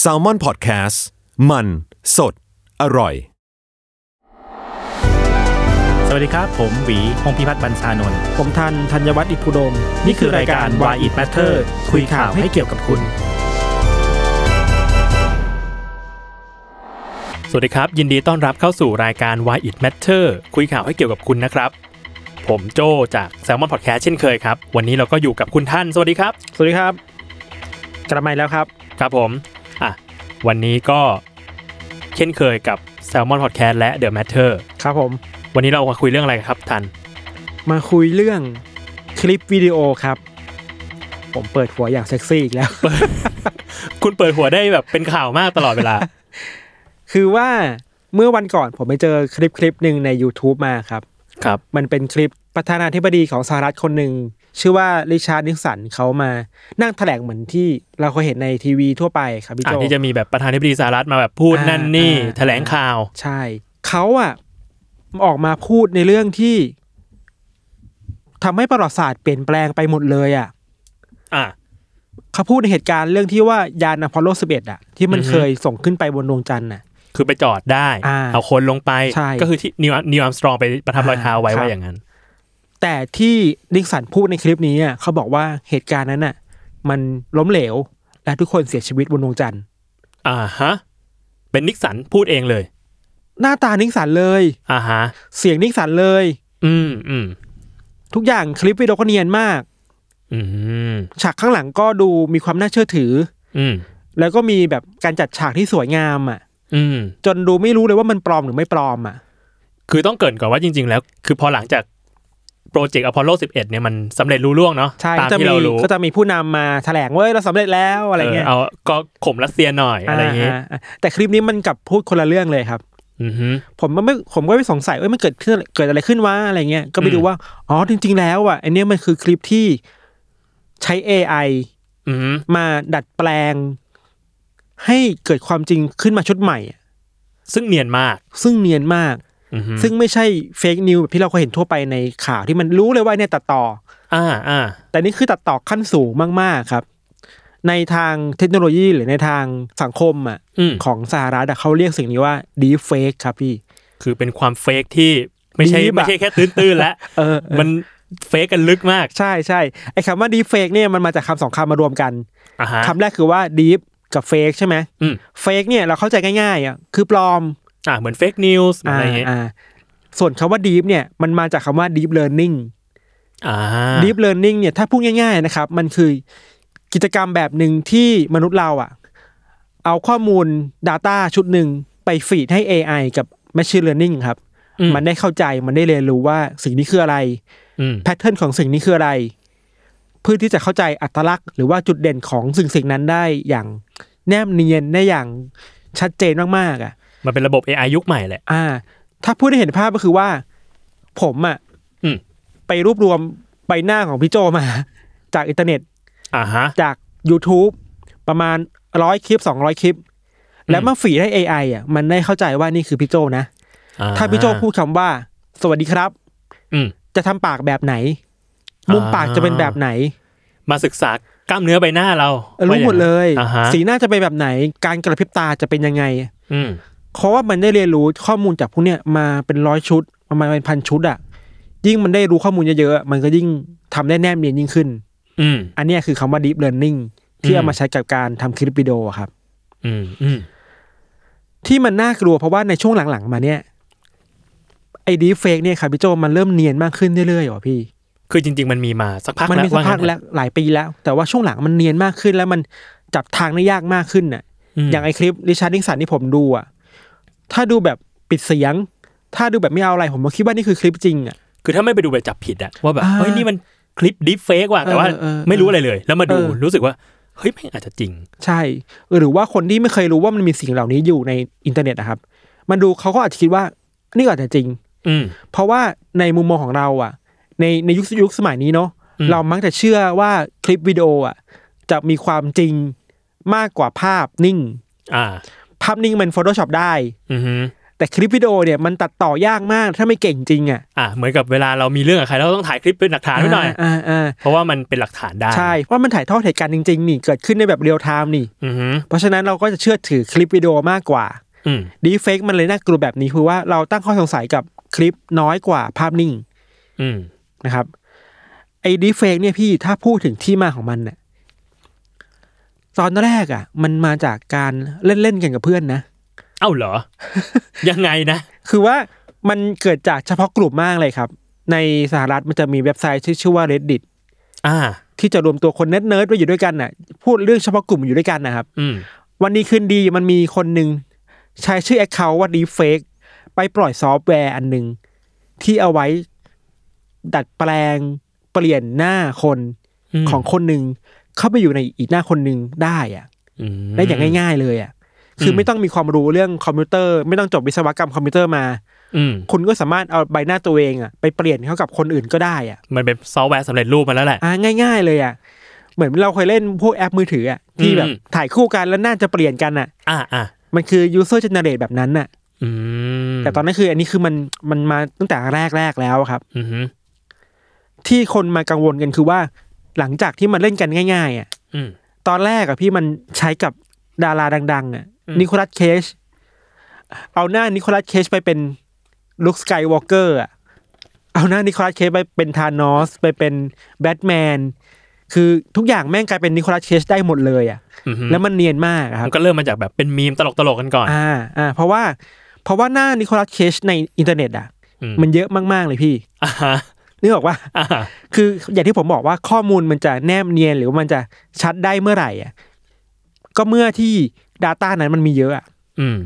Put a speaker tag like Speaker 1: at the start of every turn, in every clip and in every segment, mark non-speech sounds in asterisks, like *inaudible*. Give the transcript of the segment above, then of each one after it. Speaker 1: แซลมอนพอดแคสต์มันสดอร่อย
Speaker 2: สวัสดีครับ ผมหวีพงพิพัฒน์บรรชานนท์
Speaker 3: ผมทันธัญวัฒน์อิพุดม
Speaker 2: นี่คือรายการ Why It Matter คุยข่าวให้เกี่ยวกับคุณ สวัสดีครับ ยินดีต้อนรับเข้าสู่รายการ Why It Matter คุยข่าวให้เกี่ยวกับคุณนะครับ ผมโจจาก Salmon Podcast เช่นเคยครับ วันนี้เราก็อยู่กับคุณท่าน สวัสดีครับ
Speaker 3: สวัสดีครับ กลับมาอีกแล้วครับ
Speaker 2: ครับผม อ่ะ วันนี้ก็เช่นเคยกับ Salmon Podcast และ The Matter
Speaker 3: ครับผม
Speaker 2: วันนี้เรามาคุยเรื่องอะไรครับทัน
Speaker 3: มาคุยเรื่องคลิปวิดีโอครับ ผมเปิดหัวอย่างเซ็กซี่อีกแล้ว *laughs*
Speaker 2: คุณเปิดหัวได้แบบเป็นข่าวมากตลอดเวลา
Speaker 3: คือว่าเมื่อวันก่อนผมไปเจอคลิปคลิปหนึ่งใน YouTube มาครับ
Speaker 2: ครับ
Speaker 3: มันเป็นคลิปประธานาธิบดีของสหรัฐคนหนึ่ง ชื่อว่าริชาร์ดนิกสันเขามานั่งแถลงเหมือนที่เราเคยเห็นในทีวีทั่วไปครับพี่
Speaker 2: อ่า
Speaker 3: โจ
Speaker 2: ที่จะมีแบบประธานาธิบดีสหรัฐมาแบบพูด
Speaker 3: อ่า
Speaker 2: นั่นนี่
Speaker 3: อ่า
Speaker 2: แถลงข่าว
Speaker 3: ใช่ เขาอะออกมาพูดในเรื่องที่ทำให้ประวัติศาสตร์เปลี่ยนแปลงไปหมดเลยอะ
Speaker 2: อ่ะ
Speaker 3: เขาพูดในเหตุการณ์เรื่องที่ว่ายานอพอลโล 11 อ่ะ ที่มัน
Speaker 2: อือฮึ
Speaker 3: เคยส่งขึ้นไปบนดวงจันทร์น่ะ
Speaker 2: คือไปจอดได้
Speaker 3: อ่า
Speaker 2: เอาคนลงไป
Speaker 3: ใช่
Speaker 2: ก็คือที่นิวนิวอัมสตรองไปประทับรอยเท้าไว้
Speaker 3: อ่าครับ
Speaker 2: ว่าอย่างนั้น
Speaker 3: แต่ที่นิกสันพูดในคลิปนี้อ่ะเขาบอกว่าเหตุการณ์นั้นน่ะ มันล้มเหลว และทุกคนเสียชีวิตบนดวงจันทร์
Speaker 2: อ่าฮะ เป็นนิกสันพูดเองเลย
Speaker 3: หน้าตานิกสันเลย
Speaker 2: อ่าฮะ
Speaker 3: เสียงนิกสันเลย
Speaker 2: อืมอืม
Speaker 3: ทุกอย่างคลิปวิดีโอก็เนียนมาก
Speaker 2: อืม
Speaker 3: ฉากข้างหลังก็ดูมีความน่าเชื่อถือ
Speaker 2: อืม
Speaker 3: แล้วก็มีแบบการจัดฉากที่สวยงามอ่ะ
Speaker 2: อืม
Speaker 3: จนดูไม่รู้เลยว่ามันปลอมหรือไม่ปลอมอ่ะ
Speaker 2: คือต้องเกรินก่อนว่าจริง ๆ แล้ว คือพอหลังจากโปรเจกต์อพอลโล 11 เนี่ยมันสำเร็จรู้ล่วงเนาะ
Speaker 3: ใช่
Speaker 2: ตาม
Speaker 3: ก็จะ
Speaker 2: ที่
Speaker 3: มี
Speaker 2: เรารู้
Speaker 3: ก็จะมีผู้นำมาแถลงเว้ยเราสำเร็จแล้วอะไรเงี้ย
Speaker 2: เออเอาก็ข่มรัสเซียหน่อยอะไรอย่างงี้
Speaker 3: อ่าอ่าแต่คลิปนี้มันกลับพูดคนละเรื่องเลยครับ
Speaker 2: อือฮึ
Speaker 3: ผมมันไม่ผมก็ไม่สงสัยว่ามันเกิดขึ้นเกิดอะไรขึ้นวะอะไรเงี้ยก็ไป
Speaker 2: อืม
Speaker 3: ดูว่าอ๋อจริง ๆ แล้วอ่ะอันเนี้ยมันคือคลิปที่ใช้ AI
Speaker 2: อือฮึ
Speaker 3: มาดัดแปลง ให้เกิดความจริงขึ้นมาชุดใหม่อะ
Speaker 2: ซึ่งเนียนมาก
Speaker 3: ซึ่งเนียนมาก
Speaker 2: อือฮึ
Speaker 3: ซึ่งไม่ใช่เฟกนิวแบบที่เราเคยเห็นทั่วไปในข่าวที่มันรู้เลยว่าเนี่ยตัดต่อ
Speaker 2: อ่าอ่า
Speaker 3: แต่นี่คือตัดต่อขั้นสูงมากๆครับ ในทางเทคโนโลยีหรือในทางสังคมอ่ะ
Speaker 2: อืม
Speaker 3: ของสหรัฐอะเขาเรียกสิ่งนี้ว่าดีเฟกครับพี่
Speaker 2: คือเป็นความเฟกที่ไม่ใช่
Speaker 3: Deep อะ
Speaker 2: ไม่ใช่แค่ตื้นๆแล้ว
Speaker 3: เออเออ
Speaker 2: มันเฟกกันลึกมาก
Speaker 3: ใช่ใช่ไอ้คำว่าดีเฟกเนี่ยมันมาจากคำสองคำมารวมกัน
Speaker 2: อ่าฮะ
Speaker 3: คำแรกคือว่าดีฟกับเฟกใช่ไหม
Speaker 2: อืม
Speaker 3: เฟกเนี่ยเราเข้าใจง่ายๆอ่ะคือปลอม
Speaker 2: อ่าเหมือนเฟกนิวส์อะไรอย่างเงี้ย
Speaker 3: อ่าส่วนคำว่าดีฟเนี่ยมันมาจากคำว่าดีฟเลิร์นนิ่ง
Speaker 2: อ่า
Speaker 3: ดีฟเลิร์นนิ่งเนี่ยถ้าพูดง่าย ๆนะครับ มันคือกิจกรรมแบบหนึ่งที่มนุษย์เราอ่ะ เอาข้อมูล Data ชุดหนึ่งไปฟีดให้ AI กับ Machine Learning ครับ
Speaker 2: อื
Speaker 3: มันได้เข้าใจมันได้เรียนรู้ว่าสิ่งนี้คืออะไร
Speaker 2: อืม
Speaker 3: แพทเทิร์นของสิ่งนี้คืออะไร เพื่อที่จะเข้าใจอัตลักษณ์ หรือว่าจุดเด่นของสิ่งสิ่งนั้นได้อย่างแนบเนียนได้อย่างชัดเจนมากๆอ่ะ
Speaker 2: มันเป็นระบบ AI ยุคใหม่แหละ
Speaker 3: อ่า ถ้าพูดได้เห็นภาพก็คือว่า ผมอ่ะ
Speaker 2: อืม
Speaker 3: ไปรวบรวมใบหน้าของพี่โจมา *laughs* จากอินเทอร์เน็ต
Speaker 2: อ่าฮะ
Speaker 3: จาก YouTube ประมาณร้อยคลิปสองร้อยคลิป แล้วมาฝีดให้ AI อ่ะมันได้เข้าใจว่านี่คือพี่โจนะ
Speaker 2: อ่
Speaker 3: ถ้าพี่โจพูดคำว่า สวัสดีครับ
Speaker 2: อืม
Speaker 3: จะทำปากแบบไหน มุมปากจะเป็นแบบไหน
Speaker 2: มาศึกษากล้ามเนื้อใบหน้าเรา
Speaker 3: รู้หมดเลย
Speaker 2: ว่าอางนั้นอ่าฮะ
Speaker 3: สีหน้าจะเป็นแบบไหน การกระพริบตาจะเป็นยังไง
Speaker 2: อืม
Speaker 3: เพราะว่ามันได้เรียนรู้ข้อมูลจากพวกเนี้ยมาเป็นร้อยชุดประมาณเป็นพันชุดอะยิ่งมันได้รู้ข้อมูลเยอะๆมันก็ยิ่งทำได้แนบเนียนยิ่งขึ้น
Speaker 2: อืม
Speaker 3: อันเนี้ยคือคำว่า deep learning ที่
Speaker 2: อืม
Speaker 3: เอามาใช้กับการทำคลิปวิดีโออะครับ
Speaker 2: อืมอืม
Speaker 3: ที่มันน่ากลัวเพราะว่าในช่วงหลังๆ มาเนี่ยไอ้ deep fake เนี่ยครับพี่โจมันเริ่มเนียนมากขึ้นเรื่อยๆว่ะพี่
Speaker 2: คือจริง ๆ มันมีมาสักพัก
Speaker 3: มัน
Speaker 2: แล้ว
Speaker 3: มีสัก
Speaker 2: ว่า
Speaker 3: พั
Speaker 2: งั้
Speaker 3: ก
Speaker 2: น
Speaker 3: แล้วหลายปีแล้ว แต่ว่าช่วงหลังมันเนียนมากขึ้น แล้วมันจับทางได้ยากมากขึ้นน่ะ
Speaker 2: ม
Speaker 3: อย่างไอคลิปริชาร์ดนิกสันที่ผมดูอ่ะ ถ้าดูแบบปิดเสียง ถ้าดูแบบไม่เอาอะไร ผมก็คิดว่านี่คือคลิปจริงอ่ะ
Speaker 2: คือถ้าไม่ไปดูไปจับผิดอะว่าแบบ
Speaker 3: อ่า
Speaker 2: เฮ้ยนี่มันคลิปดิฟเฟกว่ะแต่ว่า
Speaker 3: เออเออเออ
Speaker 2: ไม่รู้อะไรเลย แล้วมาดู
Speaker 3: เออ
Speaker 2: รู้สึกว่าเฮ้ยแม่งอาจจะจริง
Speaker 3: ใช่ หรือว่าคนที่ไม่เคยรู้ว่ามันมีสิ่งเหล่านี้อยู่ในอินเทอร์เน็ตนะครับ มันดูเขาก็อาจจะคิดว่านี่ก็อาจจะจริง
Speaker 2: อืม
Speaker 3: เพราะว่าในมุมมองของเราอ่ะ ในในยุคยุคสมัยนี้เนาะ
Speaker 2: อืม
Speaker 3: เรามักจะเชื่อว่าคลิปวิดีโออ่ะ จะมีความจริงมากกว่าภาพนิ่ง
Speaker 2: อ่า
Speaker 3: ภาพนิ่งมัน Photoshop ได้
Speaker 2: อือฮึ
Speaker 3: แต่คลิปวิดีโอเนี่ยมันตัดต่อยากมากถ้าไม่เก่งจริงอ่ะ
Speaker 2: อ่ะเหมือนกับเวลาเรามีเรื่องกับใครเราก็ต้องถ่ายคลิปเป็นหลักฐานไว้หน่อย
Speaker 3: อ่าอ่า
Speaker 2: เพราะว่ามันเป็นหลักฐานได้
Speaker 3: ใช่ว่ามันถ่ายทอดเหตุการณ์จริงๆนี่เกิดขึ้นในแบบเรียลไทม์นี่
Speaker 2: อือหือ
Speaker 3: เพราะฉะนั้นเราก็จะเชื่อถือคลิปวิดีโอมากกว่า
Speaker 2: อืม
Speaker 3: ดีเฟกมันเลยน่ากลัวแบบนี้คือว่าเราตั้งข้อสงสัยกับคลิปน้อยกว่าภาพนิ่ง
Speaker 2: อืม
Speaker 3: นะครับไอ้ดีเฟกเนี่ยพี่ถ้าพูดถึงที่มาของมันเนี่ยตอนแรกอ่ะ มันมาจากการเล่นๆกันกับเพื่อนนะ
Speaker 2: เอ้าเห
Speaker 3: *laughs*
Speaker 2: รอ ยังไงนะ
Speaker 3: คือว่ามันเกิดจากเฉพาะกลุ่มมากเลยครับ ในสหรัฐมันจะมีเว็บไซต์ที่ชื่อว่า reddit
Speaker 2: อ่า
Speaker 3: ที่จะรวมตัวคนเนิร์ดเนิร์ดๆไว้อยู่ด้วยกันน่ะ พูดเรื่องเฉพาะกลุ่มอยู่ด้วยกันนะครับ
Speaker 2: อืม
Speaker 3: วันนี้คืนดีมันมีคนหนึ่งใช้ชื่อแอคเคาท์ว่าดีเฟกไปปล่อยซอฟต์แวร์อันหนึ่งที่เอาไว้ดัดแปลงเปลี่ยนหน้าคน
Speaker 2: ม
Speaker 3: ของคนหนึ่งเข้าไปอยู่ในอีกหน้าคนหนึ่งได้อะ
Speaker 2: อืม
Speaker 3: ได้อย่างง่าย ๆ เลยอะคือ
Speaker 2: ม
Speaker 3: ไม่ต้องมีความรู้เรื่องคอมพิวเตอร์ ไม่ต้องจบวิศวกรรมคอมพิวเตอร์มา
Speaker 2: อืม
Speaker 3: คุณก็สามารถเอาใบหน้าตัวเองอะไปเปลี่ยนเข้ากับคนอื่นก็ได้อะ
Speaker 2: มันเป็นซอฟต์แวร์สำเร็จรูปมาแล้วแหละ
Speaker 3: อ่ะง่าย ๆ เลยอะเหมือนเราเคยเล่นพวกแอปมือถืออะที่แบบ
Speaker 2: อืม
Speaker 3: ถ่ายคู่กันแล้วหน่าจะเปลี่ยนกันอะ
Speaker 2: อ่าอ่า
Speaker 3: มันคือ user generate แบบนั้นน่ะ
Speaker 2: อืม
Speaker 3: แต่ตอนนั้นคืออันนี้คือมันมันมาตั้งแต่แรกแรกๆแล้วครับ
Speaker 2: อือหือ
Speaker 3: ที่คนมากังวลกันคือว่า หลังจากที่มันเล่นกันง่าย ๆอะ
Speaker 2: อืม
Speaker 3: ตอนแรกอะพี่มันใช้กับดาราดัง ๆอะ
Speaker 2: อืม
Speaker 3: นิโคลัสเคชเอาหน้านิโคลัสเคชไปเป็นลุคสกายวอล์กเกอร์อะเอาหน้านิโคลัสเคชไปเป็นธานอสไปเป็นแบทแมนคือทุกอย่างแม่งกลายเป็นนิโคลัสเคชได้หมดเลยอะ
Speaker 2: อือหือ
Speaker 3: แล้วมันเนียนมากอะครับ
Speaker 2: มันก็เริ่มมาจากแบบเป็นมีมตลกตลกๆกันก่อน
Speaker 3: อ่าอ่าเพราะว่าเพราะว่าหน้านิโคลัสเคชในอินเทอร์เน็ตอะ
Speaker 2: อื
Speaker 3: มันเยอะมากๆเลยพี่
Speaker 2: อ่าฮะ
Speaker 3: นึกออกว่า
Speaker 2: อ่าฮะ
Speaker 3: คืออย่างที่ผมบอกว่าข้อมูลมันจะแนบเนียนหรือว่ามันจะชัดได้เมื่อไหร่อ่ะก็เมื่อที่ Data นั้นมันมีเยอะอะ
Speaker 2: อืม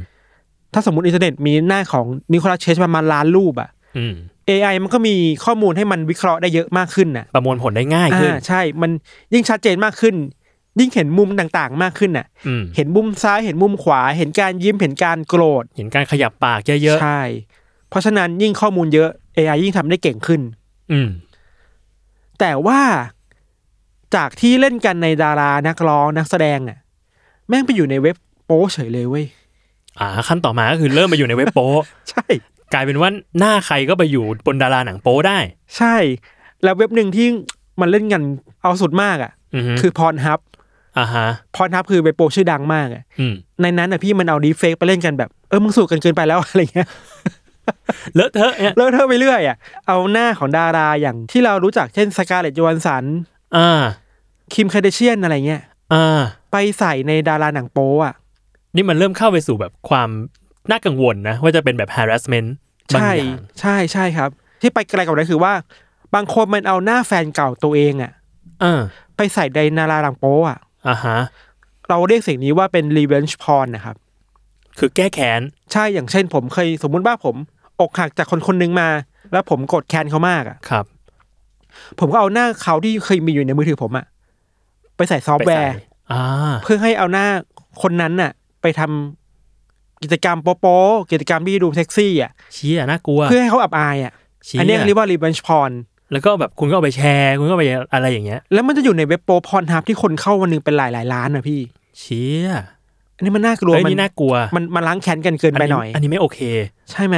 Speaker 3: ถ้าสมมติอินเทอร์เน็ตมีหน้าของนิโคลัสเชสประมาณล้านรูปอ่ะ
Speaker 2: อืม
Speaker 3: AI มันก็มีข้อมูลให้มันวิเคราะห์ได้เยอะมากขึ้นน่ะ
Speaker 2: ประมวลผลได้ง่ายขึ้น
Speaker 3: อ่าใช่มันยิ่งชัดเจนมากขึ้น ยิ่งเห็นมุมต่างๆ มากขึ้นน่ะ
Speaker 2: อืม
Speaker 3: เห็นมุมซ้ายเห็นมุมขวา เห็นการยิ้มเห็นการโกรธ
Speaker 2: เห็นการขยับปากเยอะ
Speaker 3: ใช่เพราะฉะนั้นยิ่งข้อมูลเยอะ AI ยิ่งทำได้เก่งขึ้น
Speaker 2: ๆอืม
Speaker 3: แต่ว่าจากที่เล่นกันในดารานักร้องนักแสดงอะแม่งไปอยู่ในเว็บโป๊เฉยเลยเว้ย
Speaker 2: อ่า ขั้นต่อมาก็คือเริ่มมาอยู่ในเว็บโป๊
Speaker 3: *laughs* ใช่
Speaker 2: กลายเป็นว่าหน้าใครก็ไปอยู่บนดาราหนังโป๊ได้
Speaker 3: ใช่ แล้วเว็บหนึ่งที่มันเล่นกันเอาสุดมากอะ
Speaker 2: อือฮึ
Speaker 3: คือพรฮับ
Speaker 2: อ่าฮะ
Speaker 3: พรฮับคือเว็บโป๊ชื่อดังมากอะ
Speaker 2: อืม
Speaker 3: ในนั้นอะพี่มันเอาดีเฟกไปเล่นกันแบบเออมึงสูกกันเกินไปแล้ว *laughs* อะไรเงี้ย
Speaker 2: เลอะเทอะเนี่ย
Speaker 3: แล้วเธอะไปเรื่อยอะเอาหน้าของดาราอย่างที่เรารู้จักเช่นสกาเลตโยฮันสัน
Speaker 2: อ่า
Speaker 3: คิมคาเดเชียนอะไรเงี้ย
Speaker 2: อ่า
Speaker 3: ไปใส่ในดาราหนังโป๊อะ
Speaker 2: นี่มันเริ่มเข้าไปสู่แบบความน่ากังวลนะ ว่าจะเป็นแบบ harassment บาง
Speaker 3: ใช่
Speaker 2: อย่าง
Speaker 3: ใช่ใช่ครับ ที่ไปไกลกว่านั้นคือว่า บางคนมันเอาหน้าแฟนเก่าตัวเองอะ
Speaker 2: อ่า
Speaker 3: ไปใส่ในนาราหลังโป๊อะ
Speaker 2: อ่าฮะ
Speaker 3: เราเรียกสิ่งนี้ว่าเป็น revenge porn นะครับ
Speaker 2: คือแก้แค้น
Speaker 3: ใช่อย่างเช่นผมเคยสมมุติว่าผม อกหักจากคนคนหนึ่งมา แล้วผมโกดแค้นเขามากอะ
Speaker 2: ครับ
Speaker 3: ผมก็เอาหน้าเขาที่เคยมีอยู่ในมือถือผมอะไปใส่ซอฟต์แวร์
Speaker 2: ไปใส่ อ่า
Speaker 3: เพื่อให้เอาหน้าคนนั้นน่ะ ไปทำกิจกรรมโป๊ะๆกิจกรรมที่ดูเซ็กซี่อะ
Speaker 2: เชี้น่ากลัว
Speaker 3: เพื่อให้เขาอับอายอะ
Speaker 2: เชี้
Speaker 3: อันเนี้ยเรียกว่า revenge porn
Speaker 2: แล้วก็แบบคุณก็เอาไปแชร์ คุณก็เอาไปอะไรอย่างเงี้ย
Speaker 3: แล้วมันจะอยู่ในเว็บโป๊พรทับที่คนเข้าวันหนึงเป็นหลายหลายๆล้านนะพี่
Speaker 2: เชี้
Speaker 3: อันนี้มันน่ากลัว
Speaker 2: เฮ้ย
Speaker 3: มั
Speaker 2: นี่น่ากลัว
Speaker 3: มันมันล้างแค้นกันเกินไปหน่อย
Speaker 2: อันนี้ไม่โอเค
Speaker 3: ใช่ไหม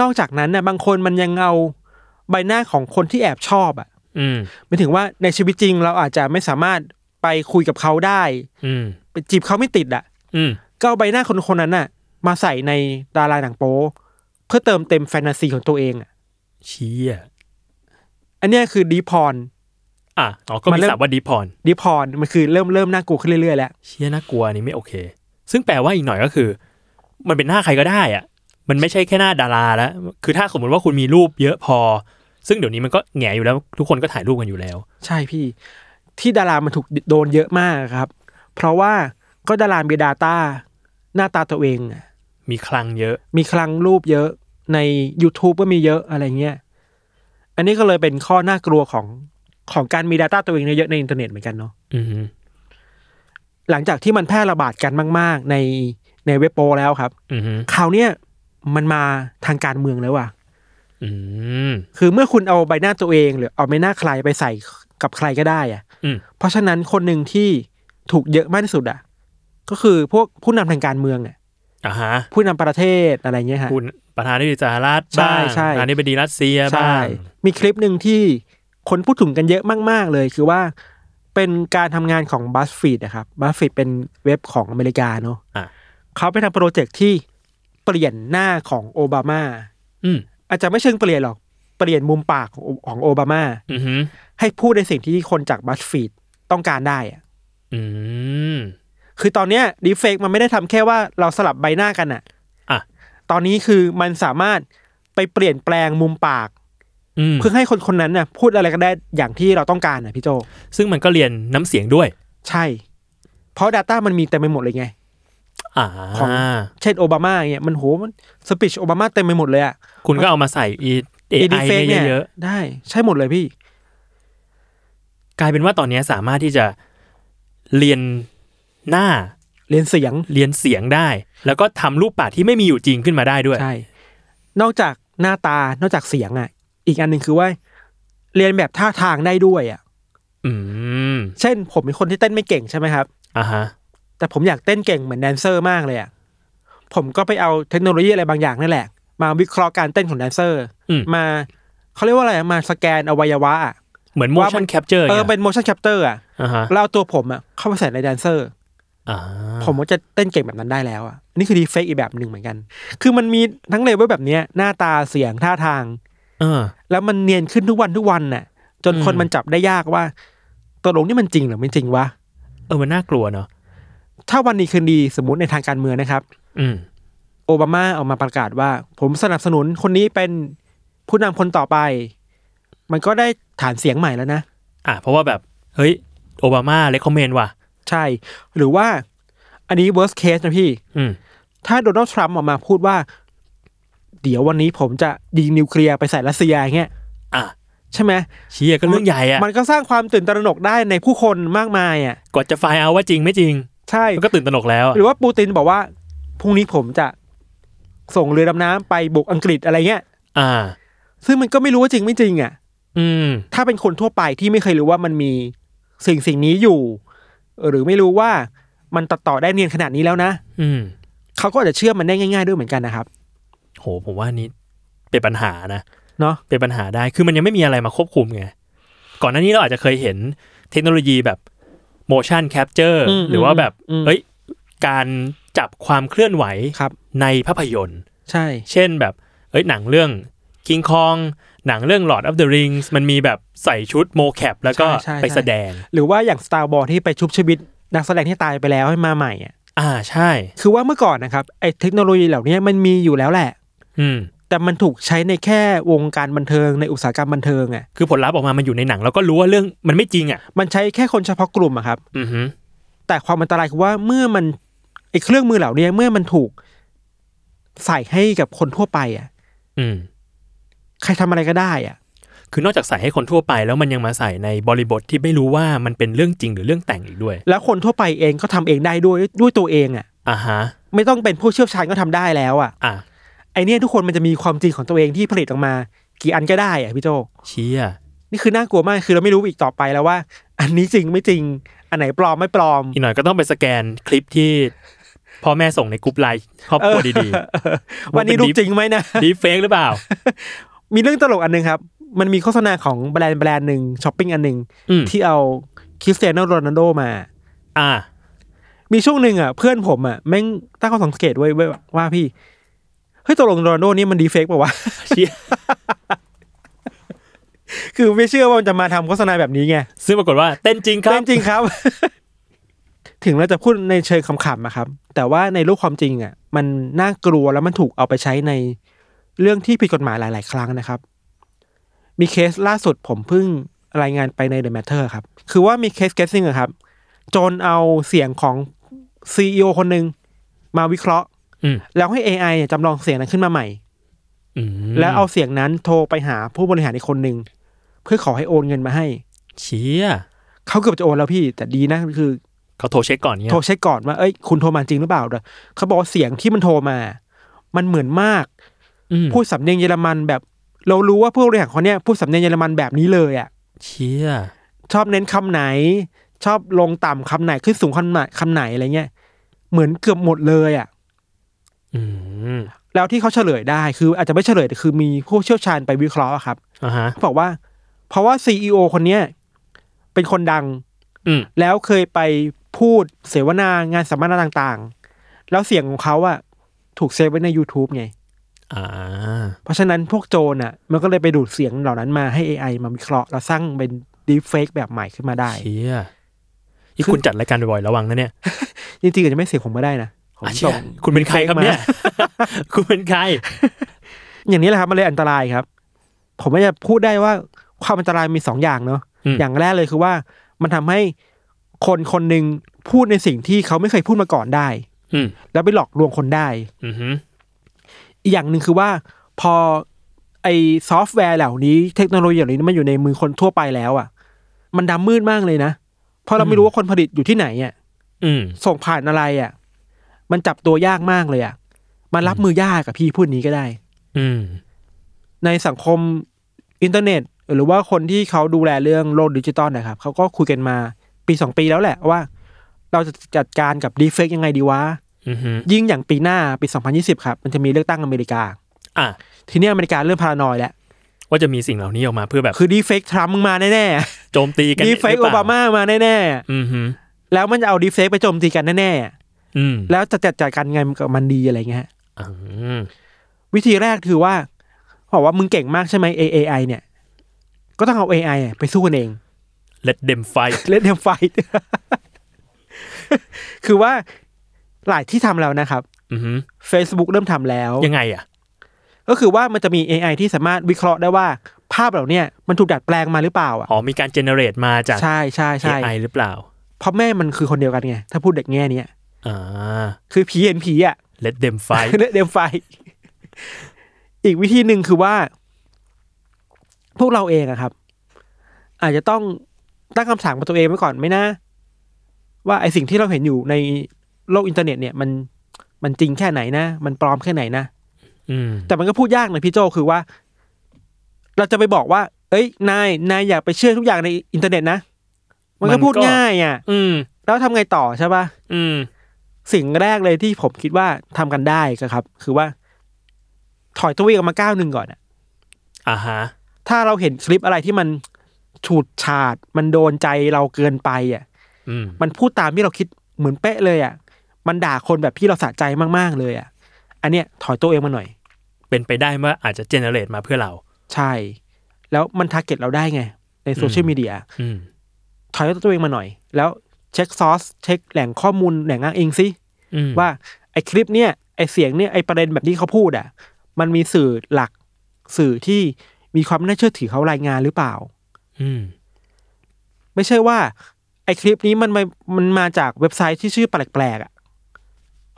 Speaker 3: นอกจากนั้นนะบางคนมันยังเอาใบหน้าของคนที่แอบชอบอะ่ะ
Speaker 2: อืม
Speaker 3: หมายถึงว่าในชีวิตจริงเราอาจจะไม่สามารถไปคุยกับเขาได้
Speaker 2: อืม
Speaker 3: ไปจีบเขาไม่ติดอะ่ะ
Speaker 2: อืม
Speaker 3: ก็เอาใบหน้าคนคนนั้นน่ะ มาใส่ในดาราหนังโป๊เพื่อเติมเต็มแฟนตาซีของตัวเองอะ
Speaker 2: เชี้
Speaker 3: อันเนี้ยคือดีพร
Speaker 2: อ่ะอ๋อก็
Speaker 3: มัน
Speaker 2: มี
Speaker 3: เริ่ม
Speaker 2: ศัพท์ว่าดีพอน
Speaker 3: ดีพรมันคือเริ่มเริ่มน่ากลัวขึ้นเรื่อยๆแล้ว
Speaker 2: เชี่ยน่ากลัวอันนี้ไม่โอเค ซึ่งแปลว่าอีกหน่อยก็คือ มันเป็นหน้าใครก็ได้อะมันไม่ใช่แค่หน้าดาราแล้ว คือถ้าสมมติว่าคุณมีรูปเยอะพอ ซึ่งเดี๋ยวนี้มันก็แหงอยู่แล้ว ทุกคนก็ถ่ายรูปกันอยู่แล้ว
Speaker 3: ใช่พี่ ที่ดารามันถูกโดนเยอะมากครับ เพราะว่าก็ดารามีดาต้าหน้าตาตัวเองอะ
Speaker 2: มีคลังเยอะ
Speaker 3: มีคลังรูปเยอะใน YouTube ก็มีเยอะอะไรเงี้ย อันนี้ก็เลยเป็นข้อน่ากลัวของของการมี Data ตัวเองเยอะๆในอินเทอร์เน็ตเหมือนกันเนาะ
Speaker 2: อือฮึ
Speaker 3: หลังจากที่มันแพร่ระบาดกันมาก ๆ ในในเว็บโปแล้วครับ
Speaker 2: อือฮึ
Speaker 3: คราวเนี้ยมันมาทางการเมืองแล้วว่ะ
Speaker 2: อืม
Speaker 3: คือเมื่อคุณเอาใบหน้าตัวเอง หรือเอาใบหน้าใครไปใส่กับใครก็ได้อะ
Speaker 2: อืม
Speaker 3: เพราะฉะนั้นคนหนึ่งที่ถูกเยอะมากที่สุดอะก็คือพวกผู้นำทางการเมืองอะ
Speaker 2: อ่าฮะ
Speaker 3: ผู้นำประเทศอะไรเงี้ยฮะ
Speaker 2: คุณประธานาธิบดีสหรัฐ
Speaker 3: ใช่
Speaker 2: บ้าง
Speaker 3: ใช่
Speaker 2: ประธานาธิบดีรัสเซียบ้าง
Speaker 3: มีคลิปหนึ่งที่คนพูดถึงกันเยอะมากๆเลย คือว่าเป็นการทำงานของ BuzzFeed นะครับ BuzzFeed เป็นเว็บของอเมริกาเนาะ
Speaker 2: อ่ะ
Speaker 3: เขาไปทำโปรเจกต์ที่เปลี่ยนหน้าของโอบามา
Speaker 2: อืม
Speaker 3: อาจจะไม่เชิงเปลี่ยนหรอก เปลี่ยนมุมปากของของโอบามา
Speaker 2: อือหือ
Speaker 3: ให้พูดในสิ่งที่คนจาก BuzzFeed ต้องการได้อะ
Speaker 2: อืม
Speaker 3: คือตอนเนี้ยดีเฟกมันไม่ได้ทำแค่ว่าเราสลับใบหน้ากันอะ
Speaker 2: อ่ะ
Speaker 3: ตอนนี้คือมันสามารถไปเปลี่ยนแปลงมุมปาก
Speaker 2: อืม
Speaker 3: เพื่อให้คนคนนั้นน่ะพูดอะไรก็ได้อย่างที่เราต้องการน่ะพี่โจ
Speaker 2: ซึ่งมันก็เรียนน้ำเสียงด้วย
Speaker 3: ใช่ เพราะ Data มันมีเต็มไปหมดเลยไง
Speaker 2: อ่า
Speaker 3: ของ เช่นโอบามาเนี่ยมันโหมันสปิชโอบามาเต็มไปหมดเลยอะ
Speaker 2: คุณก็เอามาใส่อีเอ
Speaker 3: Deepfake
Speaker 2: ไอเนี่ยเยอะ
Speaker 3: ได้ ใช่หมดเลยพี่
Speaker 2: ๆกลายเป็นว่าตอนเนี้ยสามารถที่จะเรียนหน้า
Speaker 3: เรียนเสียง
Speaker 2: เรียนเสียงได้ แล้วก็ทำรูปปากที่ไม่มีอยู่จริงขึ้นมาได้ด้วย
Speaker 3: ใช่ นอกจากหน้าตา นอกจากเสียงอะอีกอันหนึ่งคือว่า เรียนแบบท่าทางได้ด้วยอะ
Speaker 2: อืม
Speaker 3: เช่น ผมเป็นคนที่เต้นไม่เก่งใช่ไหมครับ
Speaker 2: อ่าฮะ
Speaker 3: แต่ผมอยากเต้นเก่งเหมือนแดนเซอร์มากเลยอะผมก็ไปเอาเทคโนโลยีอะไรบางอย่างนั่นแหละ มาวิเคราะห์การเต้นของแดนเซอร์
Speaker 2: อืม
Speaker 3: มาเขาเรียกว่าอะไรอะมาสแกนอวัยวะอะ
Speaker 2: เหมือน
Speaker 3: ว่ามั
Speaker 2: motion
Speaker 3: น
Speaker 2: capture
Speaker 3: เออ
Speaker 2: เนี่ย
Speaker 3: เป็น motion capture อะ
Speaker 2: อ่าฮะ
Speaker 3: แล้วเอาตัวผมอะเข้าไปใส่ในแดนเซอร์
Speaker 2: อ่า
Speaker 3: ผมก็จะเต้นเก่งแบบนั้นได้แล้วอะอันนี่คือดีเฟกอีกแบบหนึ่งเหมือนกัน คือมันมีทั้งเลเวลแบบเนี้ยหน้าตาเสียงท่าทาง
Speaker 2: เออ
Speaker 3: แล้วมันเนียนขึ้นทุกวันทุกวันน่ะ จน
Speaker 2: อืม
Speaker 3: คนมันจับได้ยากว่าตกลงนี่มันจริงหรือไม่จริงวะ
Speaker 2: เออมันน่ากลัวเนาะ
Speaker 3: ถ้าวันนี้คืนดีสมมติในทางการเมืองนะครับ
Speaker 2: อืม
Speaker 3: โอบามาออกมาประกาศว่า ผมสนับสนุนคนนี้เป็นผู้นำคนต่อไป มันก็ได้ฐานเสียงใหม่แล้วนะ
Speaker 2: อ่ะเพราะว่าแบบ เฮ้ย โอบามาเลคคอมเมนว่ะ
Speaker 3: ใช่ หรือว่าอันนี้ worst case นะพี่
Speaker 2: อืม
Speaker 3: ถ้าโดนัลด์ทรัมป์ออกมาพูดว่า เดี๋ยววันนี้ผมจะยิงนิวเคลียร์ไปใส่รัสเซียอย่างเงี้ย
Speaker 2: อ่ะ
Speaker 3: ใช่ไหม
Speaker 2: เชียก็เรื่องใหญ่อ่ะ
Speaker 3: มันก็สร้างความตื่นตระหนกได้ในผู้คนมากมายอ่ะ
Speaker 2: กว่าจะไฟล์เอาว่าจริงไม่จริง
Speaker 3: ใช่
Speaker 2: มันก็ตื่นตระหนกแล้วอะ
Speaker 3: หรือว่าปูตินบอกว่าพรุ่งนี้ผมจะส่งเรือดำน้ำไปบุกอังกฤษอะไรเงี้ย
Speaker 2: อ่า
Speaker 3: ซึ่งมันก็ไม่รู้ว่าจริงไม่จริงอ่ะ
Speaker 2: อืม
Speaker 3: ถ้าเป็นคนทั่วไปที่ไม่เคยรู้ว่ามันมีสิ่งสิ่งนี้อยู่ หรือไม่รู้ว่ามันตัดต่อได้เนียนขนาดนี้แล้วนะ
Speaker 2: อืม
Speaker 3: เขาก็อาจจะเชื่อมันได้ง่าย ๆด้วยเหมือนกันนะครับ
Speaker 2: โห ผมว่านี้เป็นปัญหานะ
Speaker 3: เนาะ
Speaker 2: เป็นปัญหาได้ คือมันยังไม่มีอะไรมาควบคุมไง ก่อนหน้านี้เราอาจจะเคยเห็นเทคโนโลยีแบบ motion capture
Speaker 3: ม
Speaker 2: หรือว่าแบบ
Speaker 3: อืม
Speaker 2: เอ้ย การจับความเคลื่อนไหว
Speaker 3: ครับ
Speaker 2: ในภาพยนตร์
Speaker 3: ใช่
Speaker 2: เช่นแบบ เอ้ย หนังเรื่อง King Kong หนังเรื่อง Lord of the Rings มันมีแบบใส่ชุดโมแคปแล้วก็
Speaker 3: ใช่ใช่
Speaker 2: ไปแสดง
Speaker 3: หรือว่าอย่าง Star Wars ที่ไปชุบชีวิตนักแสดงที่ตายไปแล้วให้มาใหม่อ่ะ
Speaker 2: อ่าใช่
Speaker 3: คือว่าเมื่อก่อนนะครับไอ้เทคโนโลยีเหล่านี้มันมีอยู่แล้วแหละ
Speaker 2: อืม
Speaker 3: แต่มันถูกใช้ในแค่วงการบันเทิงในอุตสาหกรรมบันเทิงอ่ะ
Speaker 2: คือผลลัพธ์ออกมา มันอยู่ในหนัง แล้วก็รู้ว่าเรื่องมันไม่จริงอ่ะ
Speaker 3: มันใช้แค่คนเฉพาะกลุ่มอะครับ
Speaker 2: อือฮึ
Speaker 3: แต่ความอันตรายคือว่าเมื่อมันไอ้เครื่องมือเหล่านี้เมื่อมันถูกใส่ให้กับคนทั่วไปอ่ะ
Speaker 2: อืม
Speaker 3: ใครทำอะไรก็ได้อ่ะ
Speaker 2: คือนอกจากใส่ให้คนทั่วไปแล้วมันยังมาใส่ในบริบทที่ไม่รู้ว่ามันเป็นเรื่องจริงหรือเรื่องแต่งอีกด้วย
Speaker 3: แล้วคนทั่วไปเองก็ทำเองได้ด้วยด้วยตัวเองอ่ะ
Speaker 2: อ่าฮะ
Speaker 3: ไม่ต้องเป็นผู้เชี่ยวชาญก็ทำได้แล้วอ่ะ
Speaker 2: อ่ะ
Speaker 3: ไอเนี้ยทุกคนมันจะมีความจริงของตัวเองที่ผลิตออกมา กี่อันก็ได้อ่ะพี่โจ
Speaker 2: เชีย
Speaker 3: นี่คือน่ากลัวมากคือเราไม่รู้อีกต่อไปแล้วว่า อันนี้จริงไม่จริง อันไหนปลอมไม่ปลอม
Speaker 2: อีกหน่อยก็ต้องไปสแกนคลิปที่พ่อแม่ส่งในกลุ่มไลน์ครอบครัวดีๆ
Speaker 3: วันนี้รูปจริงไหมนะ
Speaker 2: ดีเฟกหรือเปล่า
Speaker 3: มีเรื่องตลกอันหนึงครับ มันมีโฆษณาของแบรนด์แบรนด์หนึ่งช้อปปิ้งอันหนึ่ง
Speaker 2: อืม
Speaker 3: ที่เอาคริสเตียโนโรนัลโดมา
Speaker 2: อ่า
Speaker 3: มีช่วงหนึ่งอ่ะเพื่อนผมอ่ะแม่งตั้งข้อสังเกตไว้ไว้ว่าพี่เฮ้ยตกลงโรนัลโดนี่มันดีเฟกป่าวะ *laughs*
Speaker 2: เชีย
Speaker 3: คือไม่เชื่อว่ามันจะมาทำโฆษณาแบบนี้ไง
Speaker 2: ซึ่งปรากฏว่าเต้นจริงครับ
Speaker 3: เรื่องจริงครับ *laughs* ถึงเราจะพูดในเชิงขำๆอะครับ แต่ว่าในโลกความจริงอ่ะ มันน่ากลัวแล้วมันถูกเอาไปใช้ในเรื่องที่ผิดกฎหมายหลาย ๆ ครั้งนะครับ มีเคสล่าสุดผมเพิ่งรายงานไปใน The Matter ครับ คือว่ามีเคสเคสหนึงอะครับโจนเอาเสียงของซีอคนหนึ่งมาวิเคราะห์
Speaker 2: อืม
Speaker 3: แล้วให้ AI เนี่ยจำลองเสียงนั้นขึ้นมาใหม่
Speaker 2: อืม
Speaker 3: แล้วเอาเสียงนั้นโทรไปหาผู้บริหารอีกคนหนึ่งเพื่อขอให้โอนเงินมาให้
Speaker 2: เชีย
Speaker 3: เขาเกือบจะโอนแล้วพี่แต่ดีนะคือ
Speaker 2: เขาโทรเช็คก่อนเนี่ย
Speaker 3: โทรเช็คก่อนว่า เอ้ย คุณโทรมาจริงหรือเปล่าเด้อเขาบอกว่าเสียงที่มันโทรมา มันเหมือนมาก
Speaker 2: อืม
Speaker 3: พูดสำเนียงเยอรมันแบบ เรารู้ว่าผู้บริหารคนเนี้ยพูดสำเนียงเยอรมันแบบนี้เลยอ่ะ
Speaker 2: เชีย
Speaker 3: ชอบเน้นคำไหน ชอบลงต่ำคำไหนขึ้นสูงคำไหนคำไหนอะไรเงี้ย เหมือนเกือบหมดเลยอ่ะ
Speaker 2: อืม
Speaker 3: แล้วที่เขาเฉลยได้คืออาจจะไม่เฉลยแต่คือมีผู้เชี่ยวชาญไปวิเคราะห์อะครับ
Speaker 2: อ่าฮะ
Speaker 3: เขาบอกว่า เพราะว่าซีอคนเนี้ยเป็นคนดัง
Speaker 2: อืม
Speaker 3: แล้วเคยไปพูดเสวนางานสัมมนาต่างๆ แล้วเสียงของเขาอะถูกเซฟไว้ใน YouTube ไง
Speaker 2: อ่า
Speaker 3: เพราะฉะนั้นพวกโจรอะมันก็เลยไปดูดเสียงเหล่านั้นมาให้ AI มาวิเคราะห์ แล้วสร้างเป็นดีเฟกแบบใหม่ขึ้นมาได้
Speaker 2: เชียอีคุณจัดรายการบ่อยๆระวังนะเนี่ย
Speaker 3: จริงๆอาจจะไม่เสียงผมก็ได้นะผม
Speaker 2: อ่ะเชี
Speaker 3: ส่
Speaker 2: ย
Speaker 3: ง
Speaker 2: คุณเป็นใครครับเนี่ย คุณเป็นใคร
Speaker 3: อย่างนี้แหละครับมันเลยอันตรายครับ ผมไม่จะพูดได้ว่าความอันตรายมีสองอย่างเนาะ
Speaker 2: อืม
Speaker 3: อย่างแรกเลยคือว่ามันทำให้คนคนหนึ่งพูดในสิ่งที่เขาไม่เคยพูดมาก่อนได้
Speaker 2: อืม
Speaker 3: แล้วไปหลอกลวงคนได้
Speaker 2: อือฮึ
Speaker 3: อีกอย่างหนึ่งคือว่าพอไอซอฟต์แวร์เหล่านี้เทคโนโลยีเหล่านี้มันอยู่ในมือคนทั่วไปแล้วอะ่ะ มันดำมืดมากเลยนะเพราะเราไม่รู้ว่าคนผลิตอยู่ที่ไหนอะ่ะ
Speaker 2: อืม
Speaker 3: ส่งผ่านอะไรอะ่ะ มันจับตัวยากมากเลยอะ่ะ มันรับมือยากกับพี่พูดนี้ก็ได้
Speaker 2: อืม
Speaker 3: ในสังคมอินเทอร์เน็ต หรือว่าคนที่เขาดูแลเรื่องโลกดิจิตอลนะครับเขาก็คุยกันมาปีสองปีแล้วแหละว่า เราจะจัดการกับดีเฟกยังไงดีวะ
Speaker 2: อือฮึ
Speaker 3: ยิ่งอย่างปีหน้าปี 2020 ครับ มันจะมีเลือกตั้งอเมริกา
Speaker 2: อ่ะ
Speaker 3: ทีเนี้ยอเมริกาเริ่มพารานอยแล้ว
Speaker 2: ว่าจะมีสิ่งเหล่านี้ออกมาเพื่อแบบ
Speaker 3: คือดีเฟกทรัมป์มึงมาแน่
Speaker 2: โจมตีกัน
Speaker 3: ๆดีเฟก
Speaker 2: หรื
Speaker 3: โอ
Speaker 2: เปล่
Speaker 3: บามามาแน่
Speaker 2: อือฮึ
Speaker 3: ๆแล้วมันจะเอาดีเฟกไปโจมตีกันแน่
Speaker 2: อืม
Speaker 3: ๆแล้วจะจัดจัดการไงกับมันดีอะไรเงี้ยฮะ
Speaker 2: อืม
Speaker 3: วิธีแรกคือว่าบอกว่ามึงเก่งมากใช่ไหม AI เนี่ย ก็ต้องเอา AI อะไปสู้กันเอง
Speaker 2: เลดเดมไฟ
Speaker 3: เล่นเดมไฟท์ *laughs* คือว่าหลายที่ทำแล้วนะครับ
Speaker 2: อือฮึ
Speaker 3: Facebook เริ่มทำแล้ว
Speaker 2: ยังไงอ่ะ
Speaker 3: ก็คือว่ามันจะมี AI ที่สามารถวิเคราะห์ได้ว่า ภาพเหล่าเนี้ยมันถูกดัดแปลงมาหรือเปล่าอ่ะ
Speaker 2: อ๋อมีการเจเนเรตมาจาก
Speaker 3: ใช่ใช่ใช่
Speaker 2: AI หรือเปล่า
Speaker 3: เพราะแม่มันคือคนเดียวกันไง ถ้าพูดเด็กแง่เนี้ย
Speaker 2: อ่า
Speaker 3: คือผีเห็นผีอ่ะ
Speaker 2: Let them
Speaker 3: *laughs*
Speaker 2: fight
Speaker 3: เล่นเดมไฟท์อีกวิธีหนึ่งคือว่า พวกเราเองอะครับ อาจจะต้องตั้งคำถามกับตัวเองไว้ก่อนไหมนะ ว่าไอสิ่งที่เราเห็นอยู่ในโลกอินเทอร์เน็ตเนี่ยมันมันจริงแค่ไหนนะ มันปลอมแค่ไหนนะ
Speaker 2: อืม
Speaker 3: แต่มันก็พูดยากนะพี่โจคือว่า เราจะไปบอกว่า เอ้ยนายนายอย่าไปเชื่อทุกอย่างในอินเทอร์เน็ตนะ มันก็พูดง่ายอ่ะ
Speaker 2: อืม
Speaker 3: แล้วทำไงต่อใช่ปะ
Speaker 2: อืม
Speaker 3: สิ่งแรกเลยที่ผมคิดว่าทำกันได้ก็ครับ คือว่า ถอยตัวเองออกมาก้าวหนึ่งก่อนอะ
Speaker 2: อ่าฮะ
Speaker 3: ถ้าเราเห็นคลิปอะไรที่มันฉูดฉาด มันโดนใจเราเกินไปอ่ะ
Speaker 2: อืม
Speaker 3: มันพูดตามที่เราคิดเหมือนเป๊ะเลยอ่ะ มันด่าคนแบบที่เราสะใจมากๆเลยอ่ะ อันเนี้ยถอยตัวเองมาหน่อย
Speaker 2: เป็นไปได้ว่าอาจจะเจเนเรตมาเพื่อเรา
Speaker 3: ใช่ แล้วมันทาร์เก็ตเราได้ไง ในโซเชียลมีเดีย
Speaker 2: อืม
Speaker 3: ถอยตัวเองมาหน่อย แล้วเช็คซอสเช็คแหล่งข้อมูลแหล่งอ้างอิงซิ
Speaker 2: อืม
Speaker 3: ว่าไอ้คลิปเนี่ยไอ้เสียงเนี่ยไอ้ประเด็นแบบที่เขาพูดอ่ะ มันมีสื่อหลักสื่อที่มีความน่าเชื่อถือเขารายงานหรือเปล่า
Speaker 2: อืม
Speaker 3: ไม่ใช่ว่า ไอ้คลิปนี้มันมามันมาจากเว็บไซต์ที่ชื่อแปลกๆอ่ะ